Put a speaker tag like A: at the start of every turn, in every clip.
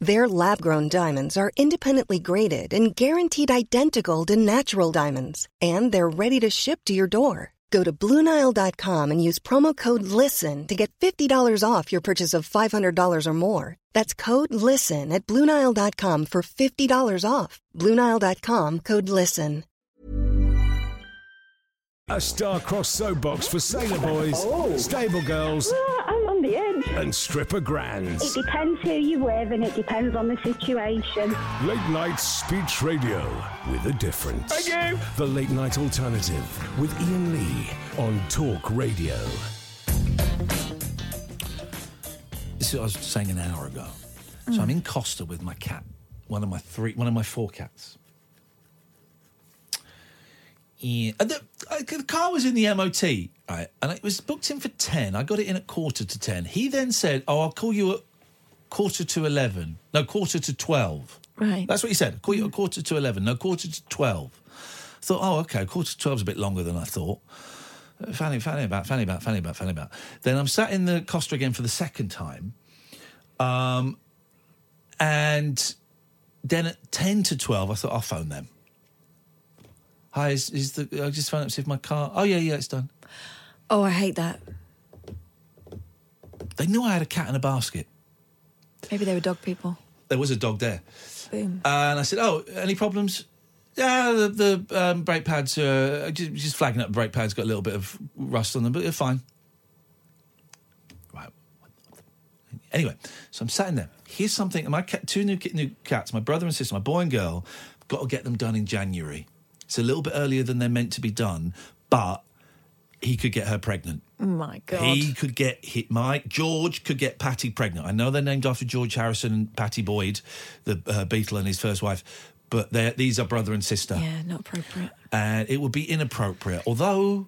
A: Their lab grown diamonds are independently graded and guaranteed identical to natural diamonds, and they're ready to ship to your door. Go to BlueNile.com and use promo code LISTEN to get $50 off your purchase of $500 or more. That's code LISTEN at BlueNile.com for $50 off. BlueNile.com code LISTEN.
B: A star-crossed soapbox for sailor boys, stable girls,
C: Oh, I'm on the edge.
B: and stripper
C: It
B: grands.
C: depends who you're with and it depends on the situation.
B: Late night speech radio with a difference. Thank you. The late night alternative with Ian Lee on Talk Radio.
D: This is what I was saying an hour ago. So I'm in Costa with my cat, one of my three, one of my four cats. Yeah, and the, uh, the car was in the MOT, right, and it was booked in for ten. I got it in at quarter to ten. He then said, "Oh, I'll call you at quarter to eleven. No, quarter to twelve.
E: Right.
D: That's what he said. Call you at quarter to eleven. No, quarter to twelve. I thought, oh, okay, quarter to twelve's a bit longer than I thought. Uh, Fanny, fanny about, fanny about, fanny about, fanny about. Then I'm sat in the Costa again for the second time, um, and then at ten to twelve, I thought I'll phone them. Hi, is, is the I just phoned up to see if my car? Oh yeah, yeah, it's done.
E: Oh, I hate that.
D: They knew I had a cat in a basket.
E: Maybe they were dog people.
D: There was a dog there.
E: Boom.
D: And I said, "Oh, any problems?" Yeah, the, the um, brake pads uh, just, just flagging up. The brake pads got a little bit of rust on them, but they're fine. Right. Anyway, so I'm sat in there. Here's something. and My cat, two new ki- new cats, my brother and sister, my boy and girl. Got to get them done in January. It's a little bit earlier than they're meant to be done, but he could get her pregnant.
E: Oh My God.
D: He could get hit. Mike George could get Patty pregnant. I know they're named after George Harrison and Patty Boyd, the uh, Beatle and his first wife, but they're- these are brother and sister,
E: Yeah, not appropriate.
D: and it would be inappropriate. Although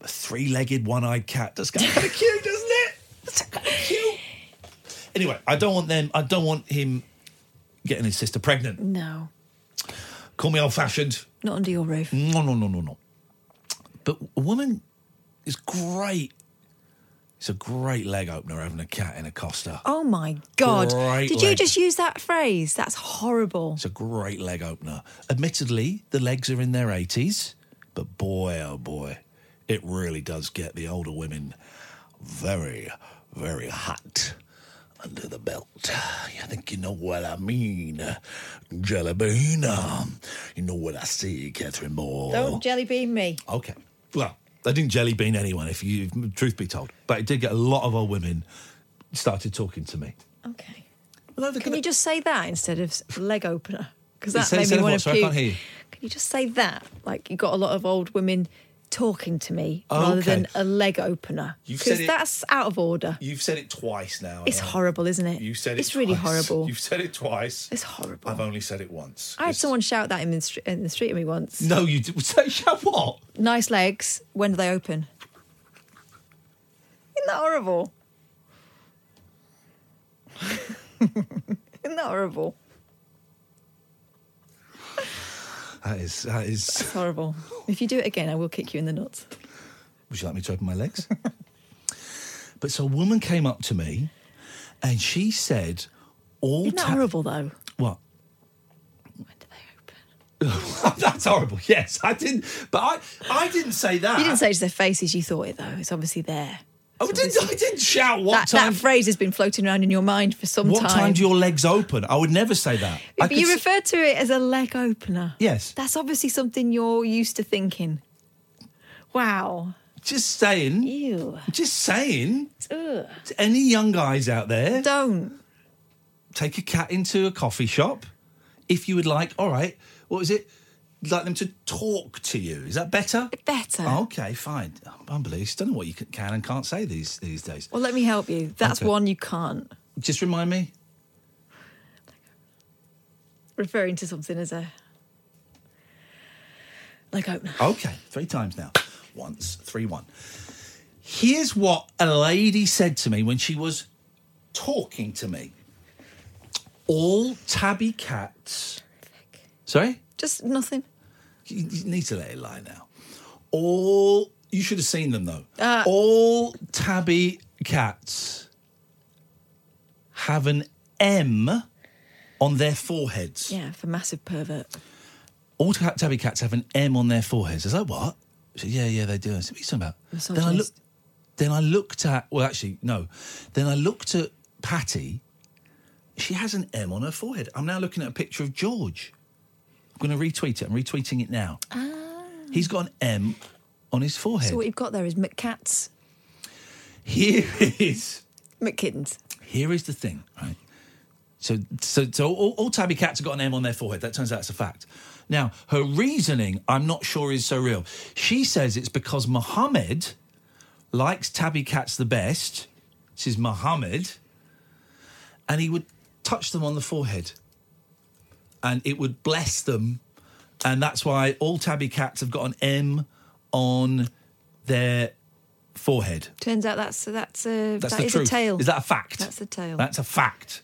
D: a three-legged, one-eyed cat does get kind of cute, doesn't it? That's kind of cute. Anyway, I don't want them. I don't want him getting his sister pregnant.
E: No,
D: Call me old-fashioned.
E: not under your roof.
D: No, no, no, no, no. But a woman is great. It's a great leg opener having a cat in a Costa.
E: Oh my God.
D: Great
E: Did you
D: leg.
E: just use that phrase? That's horrible.
D: It's a great leg opener. Admittedly, the legs are in their 80s, but boy, oh boy, it really does get the older women very, very hot under the belt. You think you know what I mean, Jellybean? You know what I see, Catherine Moore.
E: jelly bean me.
D: Okay. Well, they didn't jelly bean anyone, if you truth be told. But it did get a lot of old women started talking to me.
E: Okay.
D: Although they're
E: Can
D: gonna-
E: you just say that instead of s- leg opener? Because
D: You
E: that
D: say
E: made
D: instead
E: me
D: of
E: want
D: what?
E: to
D: Sorry, I
E: puke.
D: can't hear you.
E: Can you just say that? Like you got a lot of old women talking to me
D: Oh,
E: rather
D: okay.
E: than a leg opener.
D: You've said
E: Because
D: it-
E: that's out of order.
D: You've said it twice now.
E: It's
D: and I-
E: horrible, isn't it?
D: You've said it.
E: It's really
D: twice.
E: horrible.
D: You've said it twice.
E: It's horrible.
D: I've only said it once.
E: I had
D: It's-
E: someone shout that in the, stre- in the street at me once.
D: No, you did. Say shout what?
E: Nice legs. When do they open? Isn't that horrible? Isn't that horrible?
D: That is. That is.
E: It's horrible. If you do it again, I will kick you in the nuts.
D: Would you like me to open my legs? but so a woman came up to me, and she said, "All
E: Isn't that
D: ta-
E: horrible though?
D: What?
E: When do they open?
D: That's horrible. Yes, I didn't. But I. I didn't say that.
E: You didn't say it to their faces. You thought it though. It's obviously there.
D: I Oh, didn't, I didn't shout what
E: That,
D: time.
E: that phrase has been floating around in your mind for some
D: what
E: time.
D: time. do your legs open? I would never say that. I
E: But
D: could
E: you
D: s-
E: referred to it as a leg opener.
D: Yes.
E: That's obviously something you're used to thinking. Wow.
D: just saying.
E: Ew.
D: Just saying.
E: Ugh.
D: To any young guys out there,
E: Don't.
D: take a cat into a coffee shop if you would like. All right. What is it? You'd Like them to talk to you. Is that better?
E: Better.
D: okay, fine. Unbelievable. Just don't know what you can- can and can't say these these days.
E: Well, let me help you. That's
D: Okay.
E: one you can't.
D: Just remind me.
E: Referring to something as a. leg opener.
D: Okay, three times now. Once, three, one. Here's what a lady said to me when she was talking to me. All tabby cats. Sorry?
E: Just nothing.
D: You you need to let it lie now. All. You should have seen them though. All tabby cats have an M on their foreheads.
E: Yeah, for massive pervert.
D: all tab- tabby cats have an M on their foreheads. I was like, what? She said, yeah, yeah, they do. I said, what are you talking about? Then I, look,
E: Misogynist.
D: then I looked at, well, actually, no. Then I looked at Patty. She has an M on her forehead. I'm now looking at a picture of George. I'm going to retweet it. I'm retweeting it now. He's got an M on his forehead.
E: So what you've got there is McCats,
D: Here is.
E: McKittens.
D: Here is the thing, right? So, so, so all, all tabby cats have got an M on their forehead. That turns out it's a fact. Now, her reasoning, I'm not sure is so real. She says it's because Muhammad likes tabby cats the best. This is Muhammad. And he would touch them on the forehead and it would bless them. And that's why all tabby cats have got an M on their forehead.
E: Turns out that's that's a
D: That's
E: that
D: the
E: is
D: truth.
E: a tale.
D: Is that a fact?
E: That's a tale.
D: That's a fact.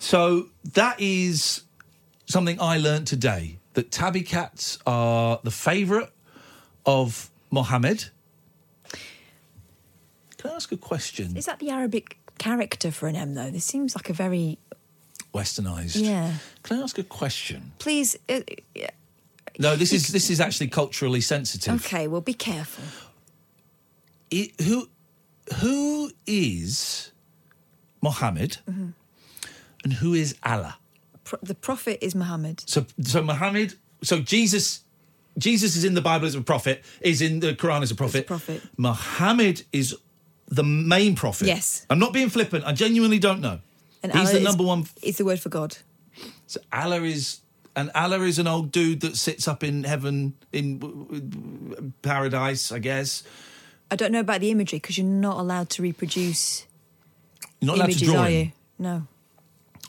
D: So that is something I learned today that tabby cats are the favourite of Mohammed. Can I ask a question?
E: Is that the Arabic character for an M though? This seems like a very
D: Westernised.
E: yeah.
D: Can I ask a question?
E: Please, uh, yeah.
D: No, this is this is actually culturally sensitive.
E: okay. Well, be careful.
D: I- who who is Mohammed
E: Mm-hmm.
D: and who is Allah?
E: Pro- the prophet is Muhammad.
D: So so Muhammad, so Jesus Jesus is in the Bible as a prophet, is in the Quran as a prophet.
E: prophet.
D: Muhammad is the main prophet.
E: Yes.
D: I'm not being flippant. I genuinely don't know.
E: And
D: He's
E: Allah
D: the
E: is-
D: number one.
E: Is the word for God?
D: So Allah is and Allah is an old dude that sits up in heaven in w- w- paradise, I guess.
E: I don't know about the imagery because you're not allowed to reproduce
D: You're not allowed
E: images,
D: to draw
E: are
D: him.
E: you? No.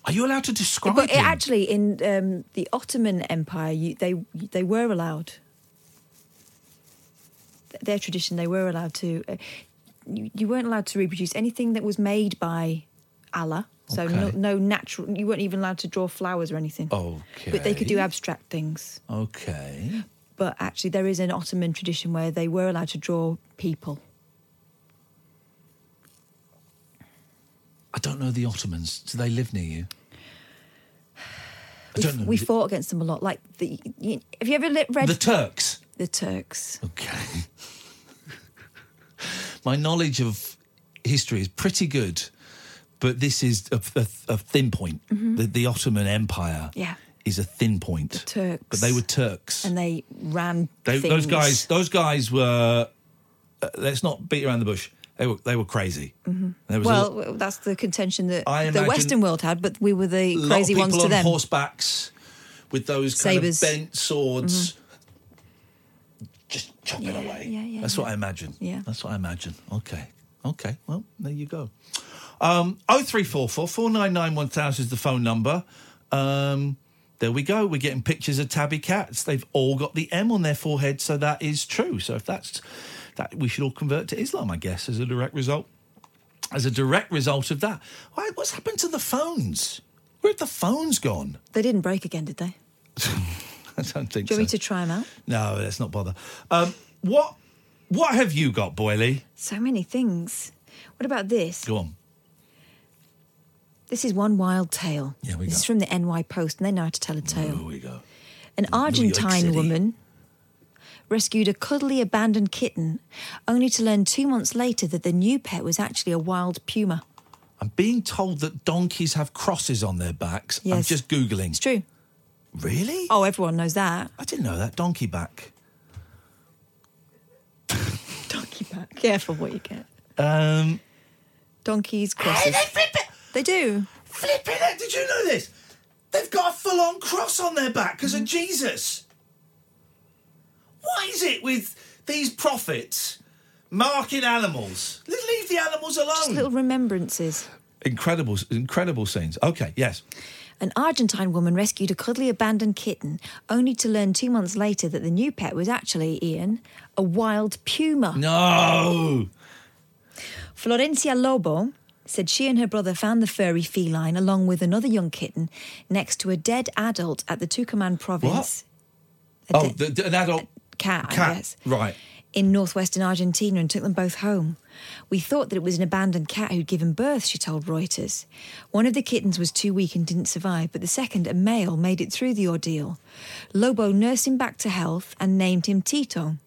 D: Are you allowed to describe
E: But it,
D: him?
E: actually, in um, the Ottoman Empire, you, they they were allowed. Th- Their tradition, they were allowed to. Uh, you, you weren't allowed to reproduce anything that was made by Allah. So no,
D: Okay.
E: no natural. You weren't even allowed to draw flowers or anything. But they could do
D: Okay.
E: abstract things.
D: Okay.
E: But actually, there is an Ottoman tradition where they were allowed to draw people.
D: I don't know the Ottomans. Do they live near you? I
E: We,
D: don't know.
E: we fought against them a lot. Like the, you, have you ever li- read
D: the Turks.
E: the Turks?
D: Okay. My knowledge of history is pretty good, but this is a, a, a thin point. The, the Ottoman Empire
E: Mm-hmm. Yeah.
D: is a thin point.
E: Turks.
D: But they were Turks.
E: and they ran.
D: They-
E: things.
D: those guys, those guys were. Uh, let's not beat around the bush. They were, they were crazy. There was a
E: Mm-hmm. Well,
D: lo-
E: w- that's the contention that
D: I
E: the
D: imagine
E: Western world had, but we were the
D: lot
E: crazy
D: of people
E: ones to
D: on
E: them.
D: horsebacks with those kind
E: Sabres. Mm-hmm.
D: of bent swords, just chopping away.
E: yeah, yeah,
D: That's what
E: yeah.
D: I imagine.
E: Yeah.
D: that's what I imagine. Okay, okay. Well, there you go. Um, oh three four four four nine nine one thousand is the phone number. Um, there we go. We're getting pictures of tabby cats. They've all got the M on their forehead, so that is true. So if that's that, we should all convert to Islam, I guess, as a direct result as a direct result of that. Why, what's happened to the phones? Where have the phones gone?
E: They didn't break again, did they?
D: I don't think
E: Do you want
D: so.
E: me to try them out?
D: No, let's not bother. Um, what what have you got, Boily?
E: So many things. What about this?
D: Go on.
E: This is one wild tale.
D: Yeah, we
E: this
D: go.
E: is from the NY Post, and they know how to tell a tale.
D: Here we go.
E: An
D: City.
E: Argentine woman rescued a cuddly abandoned kitten, only to learn two months later that the new pet was actually a wild puma.
D: I'm being told that donkeys have crosses on their backs. I'm
E: Yes.
D: just googling.
E: It's true.
D: Really?
E: Oh, everyone knows that.
D: I didn't know that. Donkey back.
E: Donkey back. Careful what you get.
D: Um,
E: Donkeys
D: hey,
E: crosses.
D: they flip it.
E: They do.
D: Flipping it. Did you know this? They've got a full on cross on their back because
E: Mm.
D: of Jesus. What is it with these prophets marking animals? Le- Leave the animals alone.
E: Just little remembrances.
D: Incredible, incredible scenes. Okay, yes.
E: An Argentine woman rescued a cuddly abandoned kitten, only to learn two months later that the new pet was actually, Ian, a wild puma.
D: No.
E: Florencia Lobo said she and her brother found the furry feline along with another young kitten next to a dead adult at the Tucumán province. A
D: Oh,
E: dead
D: the, the, an adult
E: cat, I
D: cat.
E: guess.
D: Right.
E: In northwestern Argentina and took them both home. We thought that it was an abandoned cat who'd given birth, she told Reuters. One of the kittens was too weak and didn't survive, but the second, a male, made it through the ordeal. Lobo nursed him back to health and named him Tito.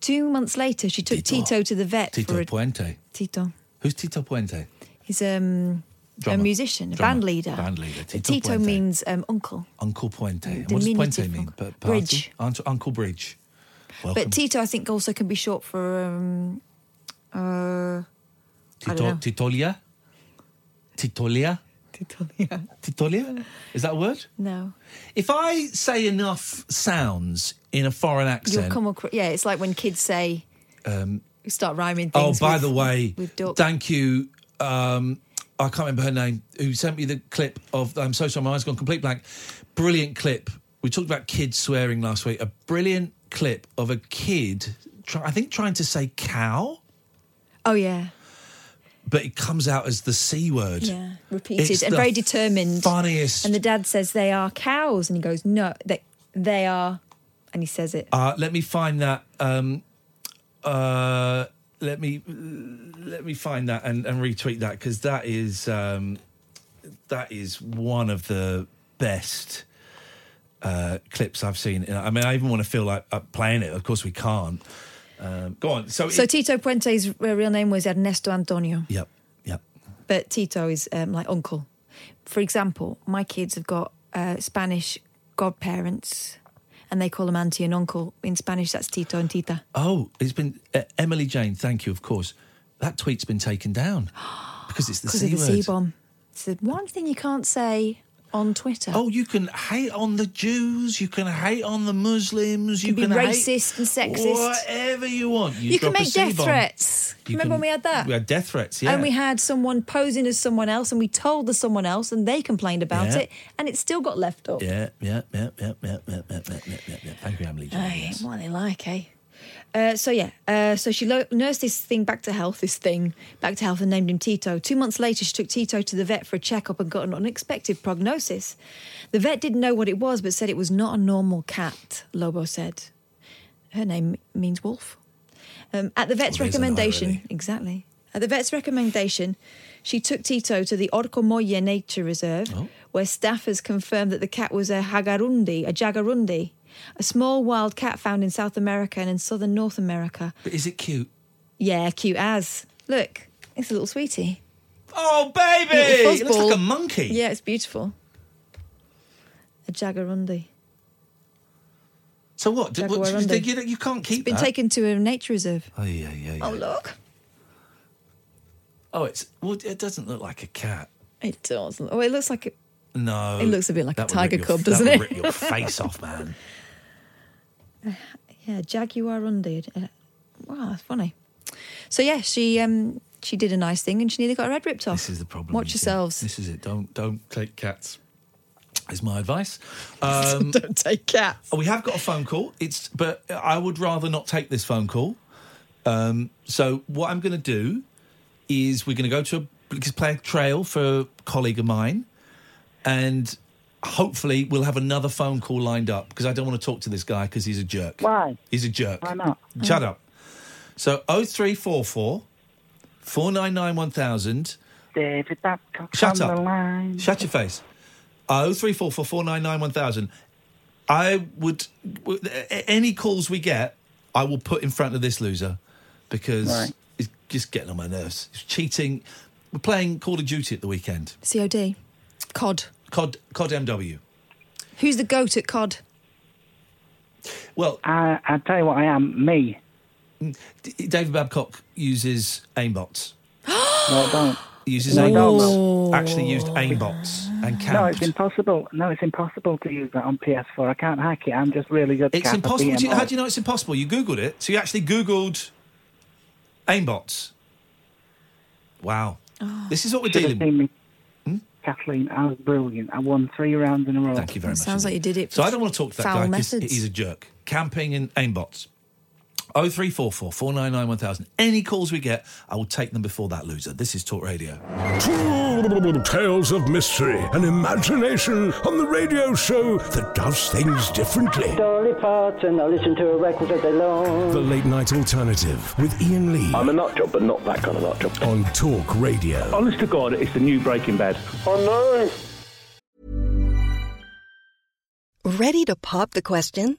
E: Two months later, she took
D: Tito.
E: Tito, to the vet for
D: Tito
E: a
D: Puente.
E: Tito.
D: Who's Tito Puente?
E: He's um, a
D: Drummer.
E: musician, a
D: Drummer.
E: band leader.
D: Band leader.
E: But
D: Tito
E: Tito,
D: Puente.
E: means um, uncle.
D: Uncle Puente.
E: Mm,
D: And what does Puente
E: Diminutive
D: mean?
E: uncle.
D: Pa- party?
E: Bridge.
D: Aunt- Uncle Bridge. Welcome.
E: But Tito, I think, also can be short for. Um, uh, I
D: Tito,
E: don't
D: Titolia? Titolia?
E: Tito, yeah.
D: Titolia? Is that a word?
E: No.
D: If I say enough sounds in a foreign
E: You'll
D: accent.
E: come across. Yeah, it's like when kids say. Um, start rhyming
D: oh,
E: things.
D: by
E: with-
D: the way,
E: With duck.
D: thank you. Um, I can't remember her name, who sent me the clip of I'm so sorry, my mind's gone complete blank. Brilliant clip. We talked about kids swearing last week. A brilliant clip of a kid, try, I think, trying to say cow,
E: oh, yeah.
D: but it comes out as the C word.
E: Yeah. Repeated
D: It's
E: and
D: the
E: very determined.
D: Funniest.
E: And the dad says they are cows. And he goes, no, they, they are. And he says it.
D: Uh, let me find that. Um, uh, let me let me find that and, and retweet that because that is um, that is one of the best uh, clips I've seen. I mean, I even want to feel like uh, playing it. Of course, we can't. Um, go on. So,
E: so
D: it-
E: Tito Puente's r- real name was Ernesto Antonio.
D: yep, yep.
E: but Tito is um, like uncle. For example, my kids have got uh, Spanish godparents, and they call them auntie and uncle in Spanish. That's Tito and Tita.
D: Oh, it's been uh, Emily Jane. Thank you. Of course, that tweet's been taken down because it's the
E: Because
D: C
E: of the C
D: word.
E: bomb. It's the one thing you can't say on Twitter.
D: Oh, you can hate on the Jews, you can hate on the Muslims, you
E: be
D: can, hate
E: racist and sexist.
D: whatever you want.
E: you, can
D: drop a
E: make death
D: C-bomb.
E: threats.
D: You
E: Remember
D: can-
E: when we had that?
D: We had death threats, yeah.
E: And we had someone posing as someone else, and we told the someone else, and they complained about
D: Yeah.
E: it, and it still got left up.
D: yeah, yeah, yeah, yeah, yeah, yeah, yeah, yeah, yeah, yeah, yeah. Thank you, Emily. Jane,
E: Aye,
D: yes.
E: Oh, what are they like, eh? Uh, so yeah, uh, so she lo- nursed this thing back to health, this thing back to health, and named him Tito. Two months later, she took Tito to the vet for a checkup and got an unexpected prognosis. The vet didn't know what it was, but said it was not a normal cat. Lobo said, her name means wolf. Um, at the vet's
D: what it is, I know,
E: recommendation,
D: really.
E: exactly. At the vet's recommendation, she took Tito to the Orcomolle Nature Reserve,
D: Oh.
E: where staffers confirmed that the cat was a hagarundi, a jagarundi, a small wild cat found in South America and in southern North America.
D: But is it cute?
E: Yeah, cute as. Look, it's a little sweetie.
D: Oh, baby!
E: Little
D: It looks like a
E: fuzzball.
D: monkey.
E: Yeah, it's beautiful. A jagarundi.
D: So what? Did, what
E: Jaguar
D: you, think
E: London.
D: you, you can't keep
E: It's been
D: that?
E: taken to a nature reserve.
D: Oh, yeah, yeah, yeah.
E: Oh, look.
D: Oh, it's well, it doesn't look like a cat.
E: It doesn't. Oh, it looks like a
D: No,
E: It looks a bit like a
D: That would rip
E: tiger
D: your-
E: cub,
D: that
E: doesn't
D: would
E: it?
D: Rip your face off, man.
E: Yeah, Jaguar Undead. Uh, wow, that's funny. So yeah, she um she did a nice thing and she nearly got her head ripped off.
D: This is the problem.
E: Watch
D: you see.
E: yourselves.
D: This is it. Don't don't take cats. Is my advice. Um,
E: Don't take cats.
D: we have got a phone call. It's but I would rather not take this phone call. Um, so what I'm going to do is we're going to go to a just play a trail for a colleague of mine, and hopefully we'll have another phone call lined up because I don't want to talk to this guy because he's a jerk.
C: Why?
D: He's a jerk.
C: Why not?
D: Shut up. So 0344 499 1000.
C: David Babcock
D: Shut
C: on
D: up.
C: the line.
D: Shut your face. Oh three four four four nine nine one thousand. I would w- a- any calls we get, I will put in front of this loser because
C: Right.
D: it's just getting on my nerves. It's cheating. We're playing Call of Duty at the weekend.
E: COD. Cod.
D: COD COD MW.
E: Who's the goat at Cod?
D: Well,
C: I, I tell you what I am, me.
D: D- David Babcock uses aimbots.
C: No, I don't.
D: He uses
C: No,
D: aimbots.
C: no,
D: Actually used aimbots and camped.
C: No, it's impossible. No, it's impossible to use that on PS4. I can't hack it. I'm just really good.
D: It's
C: cat at
D: impossible. Do you,
C: BMI.
D: how do you know it's impossible? You Googled it. So you actually Googled aimbots. Wow. This is what we're
C: Should have
E: Oh.
D: dealing with. Hmm?
C: seen me. Kathleen. I was brilliant. I won three rounds in a row.
D: Thank you very much.
E: Sounds like you did it.
D: So I don't want to talk to that
E: foul
D: guy because
E: methods.
D: he's a jerk. Camping in aimbots. 0344 499 1000. Any calls we get, I will take them before that loser. This is Talk Radio.
B: Tales of mystery and imagination on the radio show that does things differently.
F: Dolly Parton, I listen to her records all day long.
B: The Late Night Alternative with Ian Lee
G: I'm a nut job, but not that kind of nut job.
B: on Talk Radio.
G: Honest to God, it's the new Breaking Bad.
F: Oh no!
A: Ready to pop the question?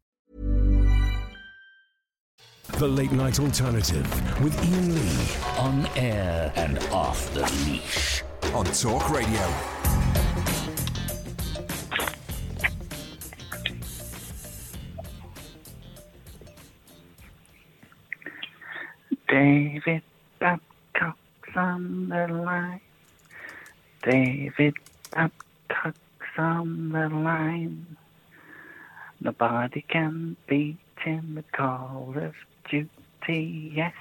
B: The Late Night Alternative with Ian Lee
H: On air and off the leash.
I: on Talk Radio.
C: David Babcock's on the line. David Babcock's on the line. Nobody can beat him with Call of Duty, yes,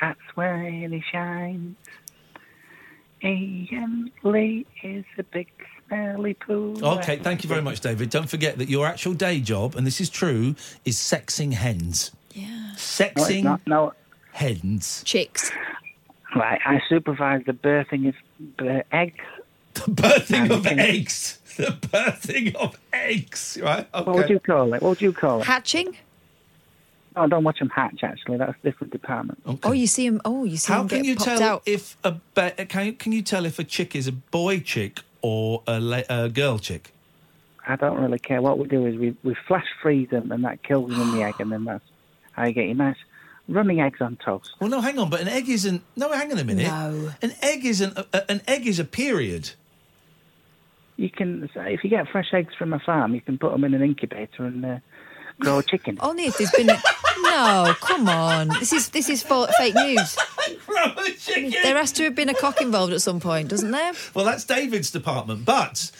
C: that's where he shines. Ian Lee is a big smelly poo.
D: Okay, thank you very much, David. Don't forget that your actual day job, and this is true, is sexing hens.
E: Yeah.
C: No, it's
D: Sexing
C: not. No,
D: hens.
E: Chicks.
C: right, I supervise the birthing of bir- eggs.
D: The birthing of
C: Okay.
D: eggs. The birthing of eggs, right? Okay.
C: What would you call it? What would you call it?
E: Hatching.
C: Oh, I don't watch them hatch, actually. That's a different department.
D: Okay.
E: Oh, you see him. Oh, you see
D: How
E: him
D: can
E: get
D: you
E: popped
D: tell
E: out.
D: if a be- can you, can you tell if a chick is a boy chick or a, la- a girl chick?
C: I don't really care. What we do is we, we flash freeze them, and that kills them in the egg, and then that's how you get your nice running eggs on toast.
D: Well, no, hang on, but an egg isn't. No, hang on a minute.
E: No.
D: An egg isn't. A, a- an egg is a period.
C: You can, if you get fresh eggs from a farm, you can put them in an incubator and uh, grow a chicken.
E: Only if there's been. A... no, come on. This is this is fa- fake news.
D: Grow a chicken.
E: There has to have been a cock involved at some point, doesn't there?
D: Well, that's David's department, but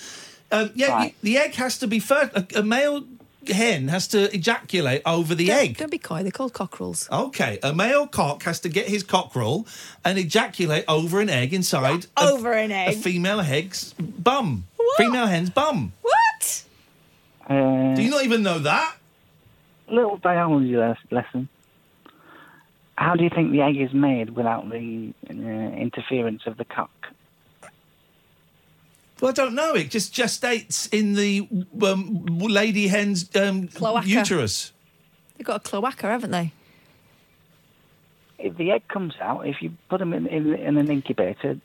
D: um, yeah,
C: Right.
D: the, the egg has to be first. A, a male hen has to ejaculate over the
E: Don't-
D: egg.
E: Don't be coy. They're called cockerels.
D: Okay, a male cock has to get his cockerel and ejaculate over an egg inside a-
E: Over an
D: a
E: egg.
D: female hen's bum.
E: What?
D: Female hen's bum.
E: What?
C: Uh,
D: Do you not even know that?
C: little biology les- lesson. How do you think the egg is made without the uh, interference of the cock?
D: Well, I don't know. It just gestates in the um, lady hen's um,
E: Cloaca.
D: uterus.
E: They've got a cloaca, haven't they?
C: If the egg comes out, if you put them in, in, in an incubator,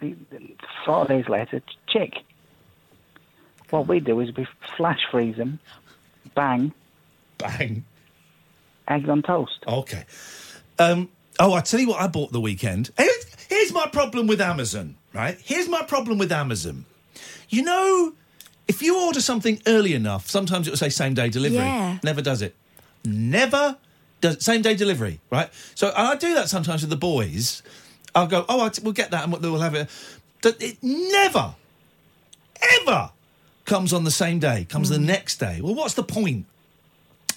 C: the- the- four days later, chick. What we do is we flash freeze them, bang,
D: Bang.
C: egg on toast.
D: Okay. Um, oh, I tell you what I bought the weekend. Here's, here's my problem with Amazon, right? Here's my problem with Amazon. You know, if you order something early enough, sometimes it will say same day delivery.
E: Yeah.
D: Never does it. Never does same day delivery, right? So and I do that sometimes with the boys. I'll go, oh, I t- we'll get that and we'll have it. But it never, ever comes on the same day, comes the next day. Well, what's the point?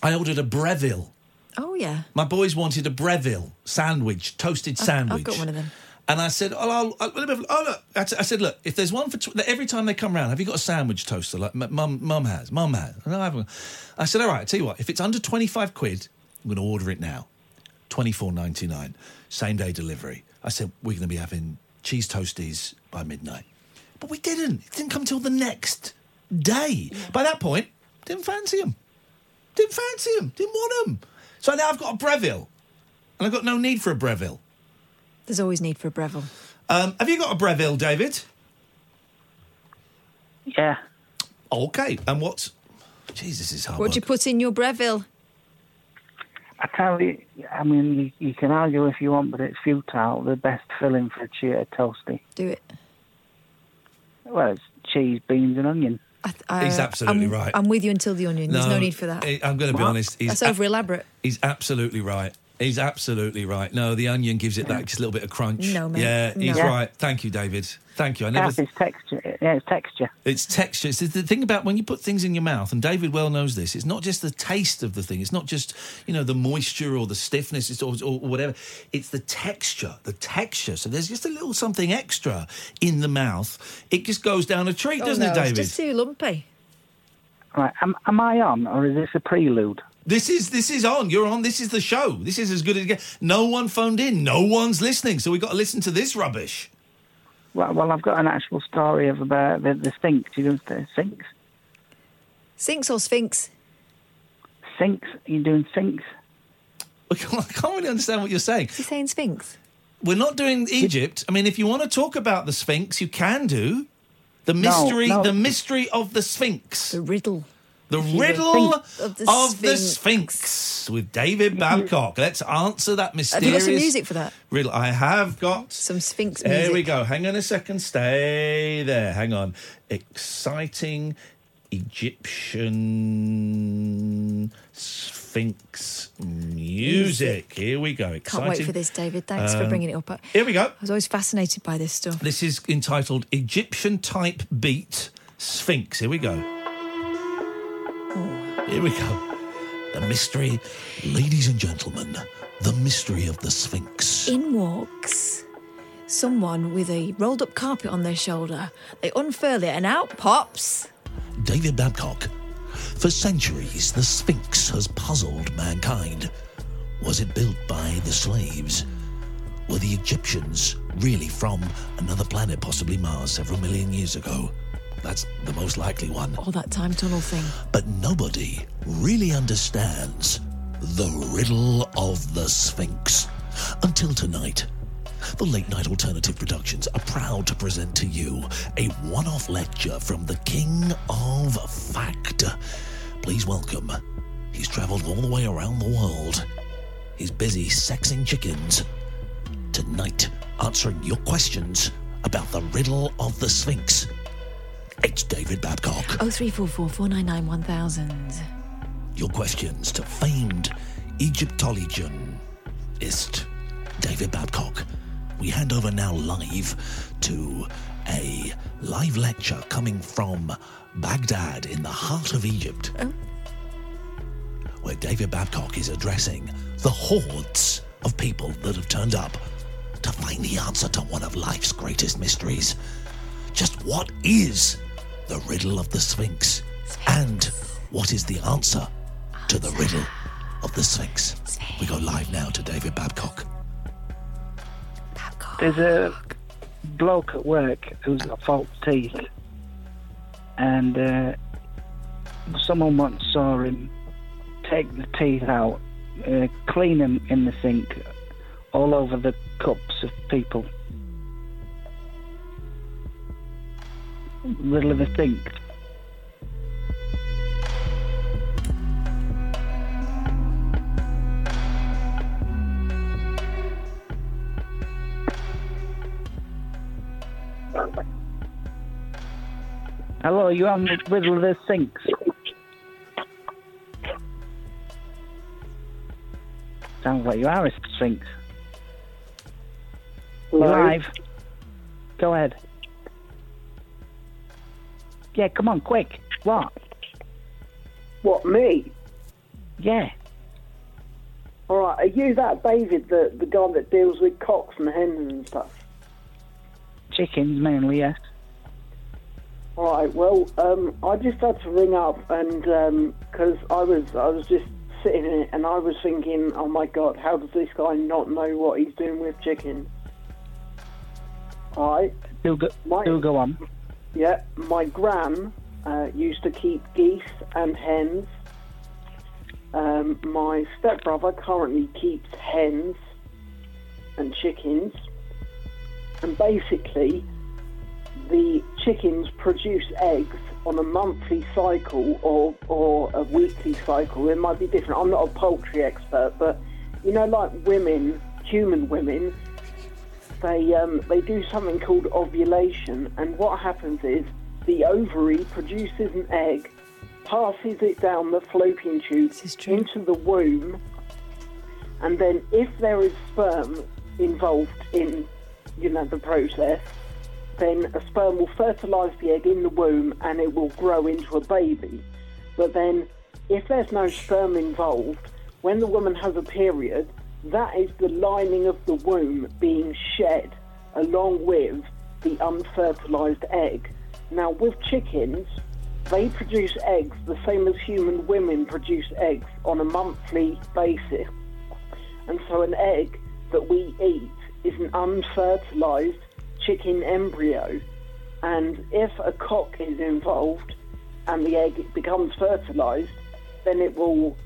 D: I ordered a Breville.
E: Oh yeah.
D: My boys wanted a Breville sandwich, toasted sandwich.
E: I've got one of them.
D: And I said, oh, I'll, I'll, oh look, I, t- I said, look, if there's one for tw- every time they come round, have you got a sandwich toaster? Like m- mum, mum has, mum has. No, I haven't. I said, all right, I tell you what, if it's under twenty five quid, I'm going to order it now, twenty four ninety nine, same day delivery. I said we're going to be having cheese toasties by midnight, but we didn't. It didn't come till the next day. By that point, didn't fancy them. Didn't fancy them. Didn't want them. So now I've got a Breville, and I've got no need for a Breville.
E: There's always need for a Breville.
D: Um, have you got a Breville, David?
C: Yeah.
D: Okay. And what? Jesus is hard.
E: What do you
D: work.
E: put in your Breville?
C: I tell you, I mean, you, you can argue if you want, but it's futile. The best filling for a cheetah toasty.
E: Do it.
C: Well, it's cheese, beans, and onion.
E: I, th- I,
D: He's absolutely
E: I'm-
D: right.
E: I'm with you until the onion. There's no need for that.
D: I- I'm going to be
C: What?
D: honest. He's
E: That's over elaborate.
D: He's absolutely right. He's absolutely right. No, the onion gives it that just little bit of crunch.
E: No, mate.
D: Yeah, he's
E: No.
D: right. Thank you, David. Thank you. I never.
C: That's its texture. Yeah, it's texture.
D: It's texture. It's the- the thing about when you put things in your mouth, and David well knows this. It's not just the taste of the thing. It's not just you know the moisture or the stiffness it's- or, or whatever. It's the texture. The texture. So there's just a little something extra in the mouth. It just goes down a treat, doesn't
E: oh, no,
D: it, David?
E: It's just too lumpy.
C: Right, am, am I on, or is this a prelude?
D: This is this is on. You're on. This is the show. This is as good as it gets. No one phoned in. No one's listening. So we got to listen to this rubbish.
C: Well, well, I've got an actual story of about the, the sinks. You doing the sinks?
E: Sinks or sphinx?
C: Sinks? You doing sinks?
D: I can't, I can't really understand what you're saying.
E: Is he saying sphinx?
D: We're not doing Egypt. I mean, if you want to talk about the Sphinx, you can do. The mystery,
C: no.
D: the mystery of the Sphinx,
E: The riddle.
D: the riddle
C: Sphinx.
D: of
E: Of
D: the,
E: the
D: Sphinx. with David Babcock. Let's answer that
E: Have
D: mysterious.
E: you got some music for that?
D: riddle. I have got
E: Some sphinx music.
D: There we go. Hang on a second. Stay there. Hang on. Exciting Egyptian Sphinx music. Here we go.
E: Can't
D: Exciting.
E: wait for this, David. Thanks for
D: Um,
E: bringing it up. I
D: Here we go.
E: was always fascinated by this stuff.
D: This is entitled Egyptian Type Beat Sphinx. Here we go. Here we go. The mystery, ladies and gentlemen, the mystery of the Sphinx.
E: In walks someone with a rolled up carpet on their shoulder. They unfurl it and out pops.
D: David Babcock. For centuries, the Sphinx has puzzled mankind. Was it built by the slaves? Were the Egyptians really from another planet, possibly Mars, several million years ago? That's the most likely one.
E: All that time tunnel thing.
D: But nobody really understands the riddle of the Sphinx. Until tonight, the Late Night Alternative Productions are proud to present to you a one off lecture from the King of Fact. Please welcome. He's travelled all the way around the world. He's busy sexing chickens. Tonight, answering your questions about the riddle of the Sphinx. It's David Babcock.
E: 0344 499 1000.
D: your questions to famed Egyptologist David Babcock. We hand over now live to a live lecture coming from Baghdad in the heart of Egypt, where David Babcock is addressing the hordes of people that have turned up to find the answer to one of life's greatest mysteries. Just what is the riddle of the Sphinx? And what is the answer to the riddle of the Sphinx? We go live now to David Babcock.
C: There's a bloke at work who's got false teeth, and uh, someone once saw him take the teeth out, uh, clean them in the sink, all over the cups of people. Riddle of the sink. Hello, you on the riddle of the sinks? Sounds like you are a sphinx. You're Live. Go ahead. Yeah, come on, quick. What?
F: What, me?
C: Yeah.
F: All right, are you that David, the, the guy that deals with cocks and hens and stuff?
C: Chickens mainly, yes.
F: All right. Well, um, I just had to ring up and because I was I was just sitting in it and I was thinking, oh my god, how does this guy not know what he's doing with chicken? All right.
C: Do go,
F: My-
C: do go on.
F: Yeah. My gran uh, used to keep geese and hens. Um, my stepbrother currently keeps hens and chickens, and basically the chickens produce eggs on a monthly cycle or, or a weekly cycle. It might be different. I'm not a poultry expert, but you know, like women, human women, they um, they do something called ovulation, and what happens is the ovary produces an egg, passes it down the fallopian tube into the womb, and then if there is sperm involved in, you know, the process, then a sperm will fertilise the egg in the womb and it will grow into a baby. But then, if there's no sperm involved, when the woman has a period, that is the lining of the womb being shed along with the unfertilised egg. Now, with chickens, they produce eggs the same as human women produce eggs on a monthly basis. And so, an egg that we eat is an unfertilised chicken embryo. And if a cock is involved and the egg becomes fertilised, then it will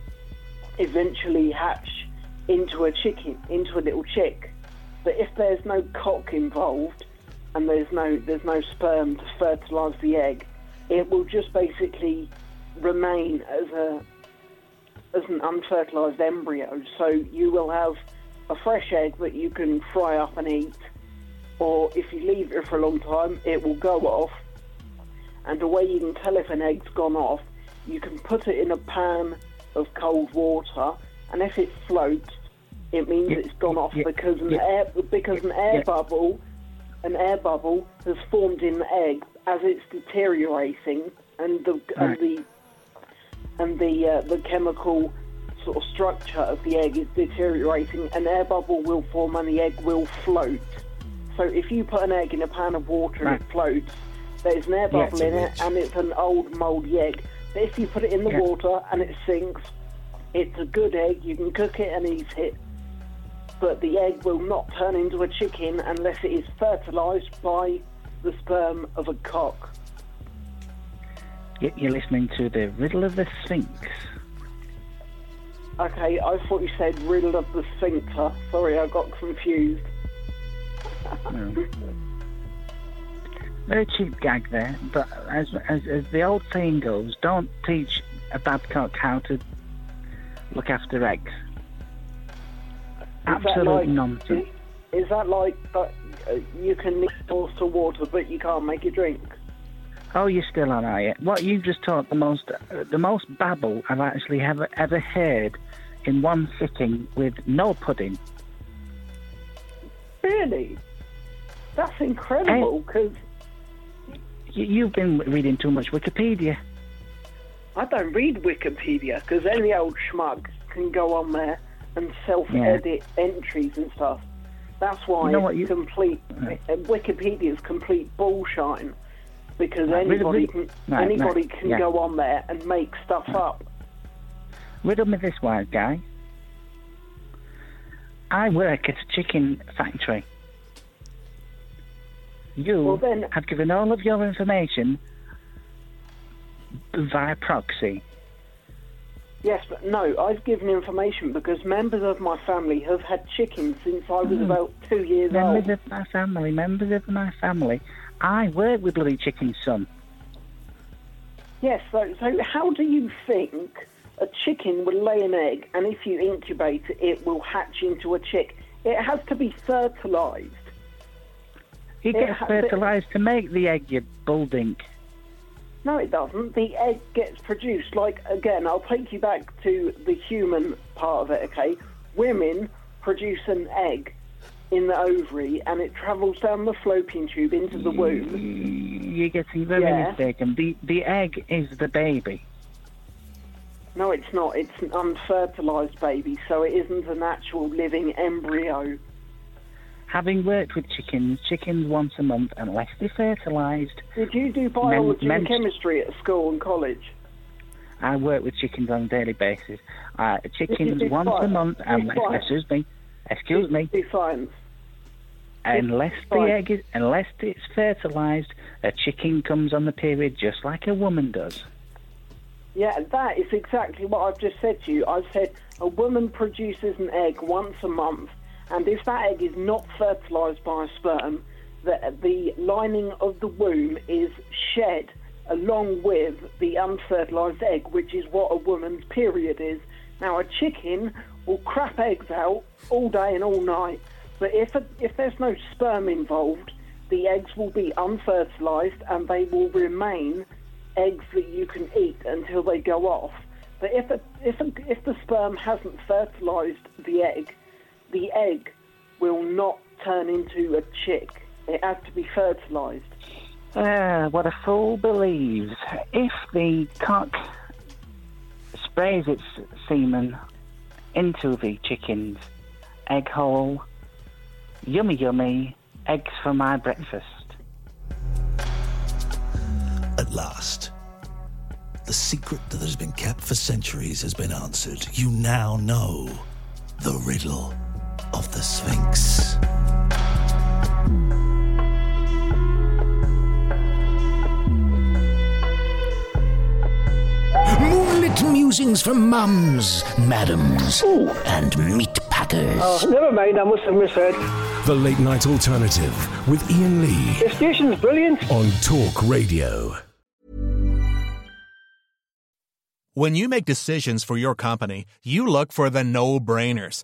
F: eventually hatch into a chicken, into a little chick. But if there's no cock involved and there's no there's no sperm to fertilise the egg, it will just basically remain as a as an unfertilised embryo. So you will have a fresh egg that you can fry up and eat, or if you leave it for a long time, it will go off. And the way you can tell if an egg's gone off, you can put it in a pan of cold water, and if it floats, it means it's gone off because an air because an air bubble, an air bubble has formed in the egg as it's deteriorating, and the and the and the uh, the chemical sort of structure of the egg is deteriorating. An air bubble will form, and the egg will float. So if you put an egg in a pan of water and it floats, there's an air
J: Yeah, it's
F: bubble
J: a
F: in
J: witch.
F: it, and it's an old mouldy egg. But if you put it in the
J: Yeah.
F: water and it sinks, it's a good egg. You can cook it and eat it. But the egg will not turn into a chicken unless it is fertilised by the sperm of a cock.
C: Y- You're listening to the Riddle of the Sphinx.
F: Okay, I thought you said riddle of the sphincter. Sorry, I got confused.
C: No. Very cheap gag there, but as, as as the old saying goes, don't teach a babcock how to look after eggs.
F: Is that
C: Absolute
F: like-
C: nonsense.
F: Is that like that? Uh, you can mix horse to water, but you can't make a drink.
C: Oh, you're still on, are you? What you've just taught the most, uh, the most babble I've actually ever ever heard in one sitting with no pudding.
F: Really? That's incredible. Because
C: You, you've been reading too much Wikipedia.
F: I don't read Wikipedia because any old schmuck can go on there and self-edit entries and stuff. That's why
C: You know what,
F: it's
C: you-
F: complete
C: Right.
F: uh, Wikipedia's complete bullshine because
C: Right, really-
F: anybody
C: really-
F: can
C: right,
F: anybody
C: right,
F: can
C: yeah.
F: go on there and make stuff up.
C: Riddle me this, wise guy. I work at a chicken factory. You have given all of your information via proxy.
F: Yes, but no, I've given information because members of my family have had chickens since I was
C: Mm.
F: about two years old.
C: Members of my family, members of my family. I work with Bloody Chicken Son.
F: Yes, so, so how do you think a chicken will lay an egg and if you incubate it, it will hatch into a chick? It has to be fertilised.
C: He
F: It
C: gets
F: ha- but-
C: fertilised to make the egg, you bulldink.
F: No, it doesn't. The egg gets produced. Like, again, I'll take you back to the human part of it, okay? Women produce an egg in the ovary and it travels down the fallopian tube into the
C: Mm.
F: womb.
C: You're getting very
F: Yeah.
C: mistaken. The, the egg is the baby.
F: No, it's not. It's an unfertilised baby, so it isn't an actual living embryo.
C: Having worked with chickens, chickens once a month, unless they're fertilised,
F: Did you do biology
C: Men-
F: and
C: men-
F: chemistry at school and college?
C: I work with chickens on a daily basis. Uh,
F: This
C: chickens
F: is
C: once a
F: fine.
C: month,
F: This is
C: unless,
F: fine.
C: excuse me, excuse me,
F: Do science?
C: unless the
F: fine.
C: egg is, unless it's fertilised, a chicken comes on the period just like a woman does.
F: Yeah, that is exactly what I've just said to you. I've said a woman produces an egg once a month, and if that egg is not fertilised by a sperm, the, the lining of the womb is shed along with the unfertilised egg, which is what a woman's period is. Now, a chicken will crap eggs out all day and all night, but if, a, if there's no sperm involved, the eggs will be unfertilised and they will remain eggs that you can eat until they go off. But if, a, if, a, if the sperm hasn't fertilised the egg, the egg will not turn into a chick. It has to be fertilised.
C: Ah, what a fool believes. If the cock sprays its semen into the chicken's egg hole, yummy, yummy, eggs for my breakfast.
K: At last, the secret that has been kept for centuries has been answered. You now know the riddle of the Sphinx.
B: Moonlit musings from mums, madams, and meat packers.
G: Oh, never mind, I must have misheard.
L: The Late Night Alternative with Ian Lee
G: The station's brilliant.
L: on Talk Radio.
D: When you make decisions for your company, you look for the no brainers.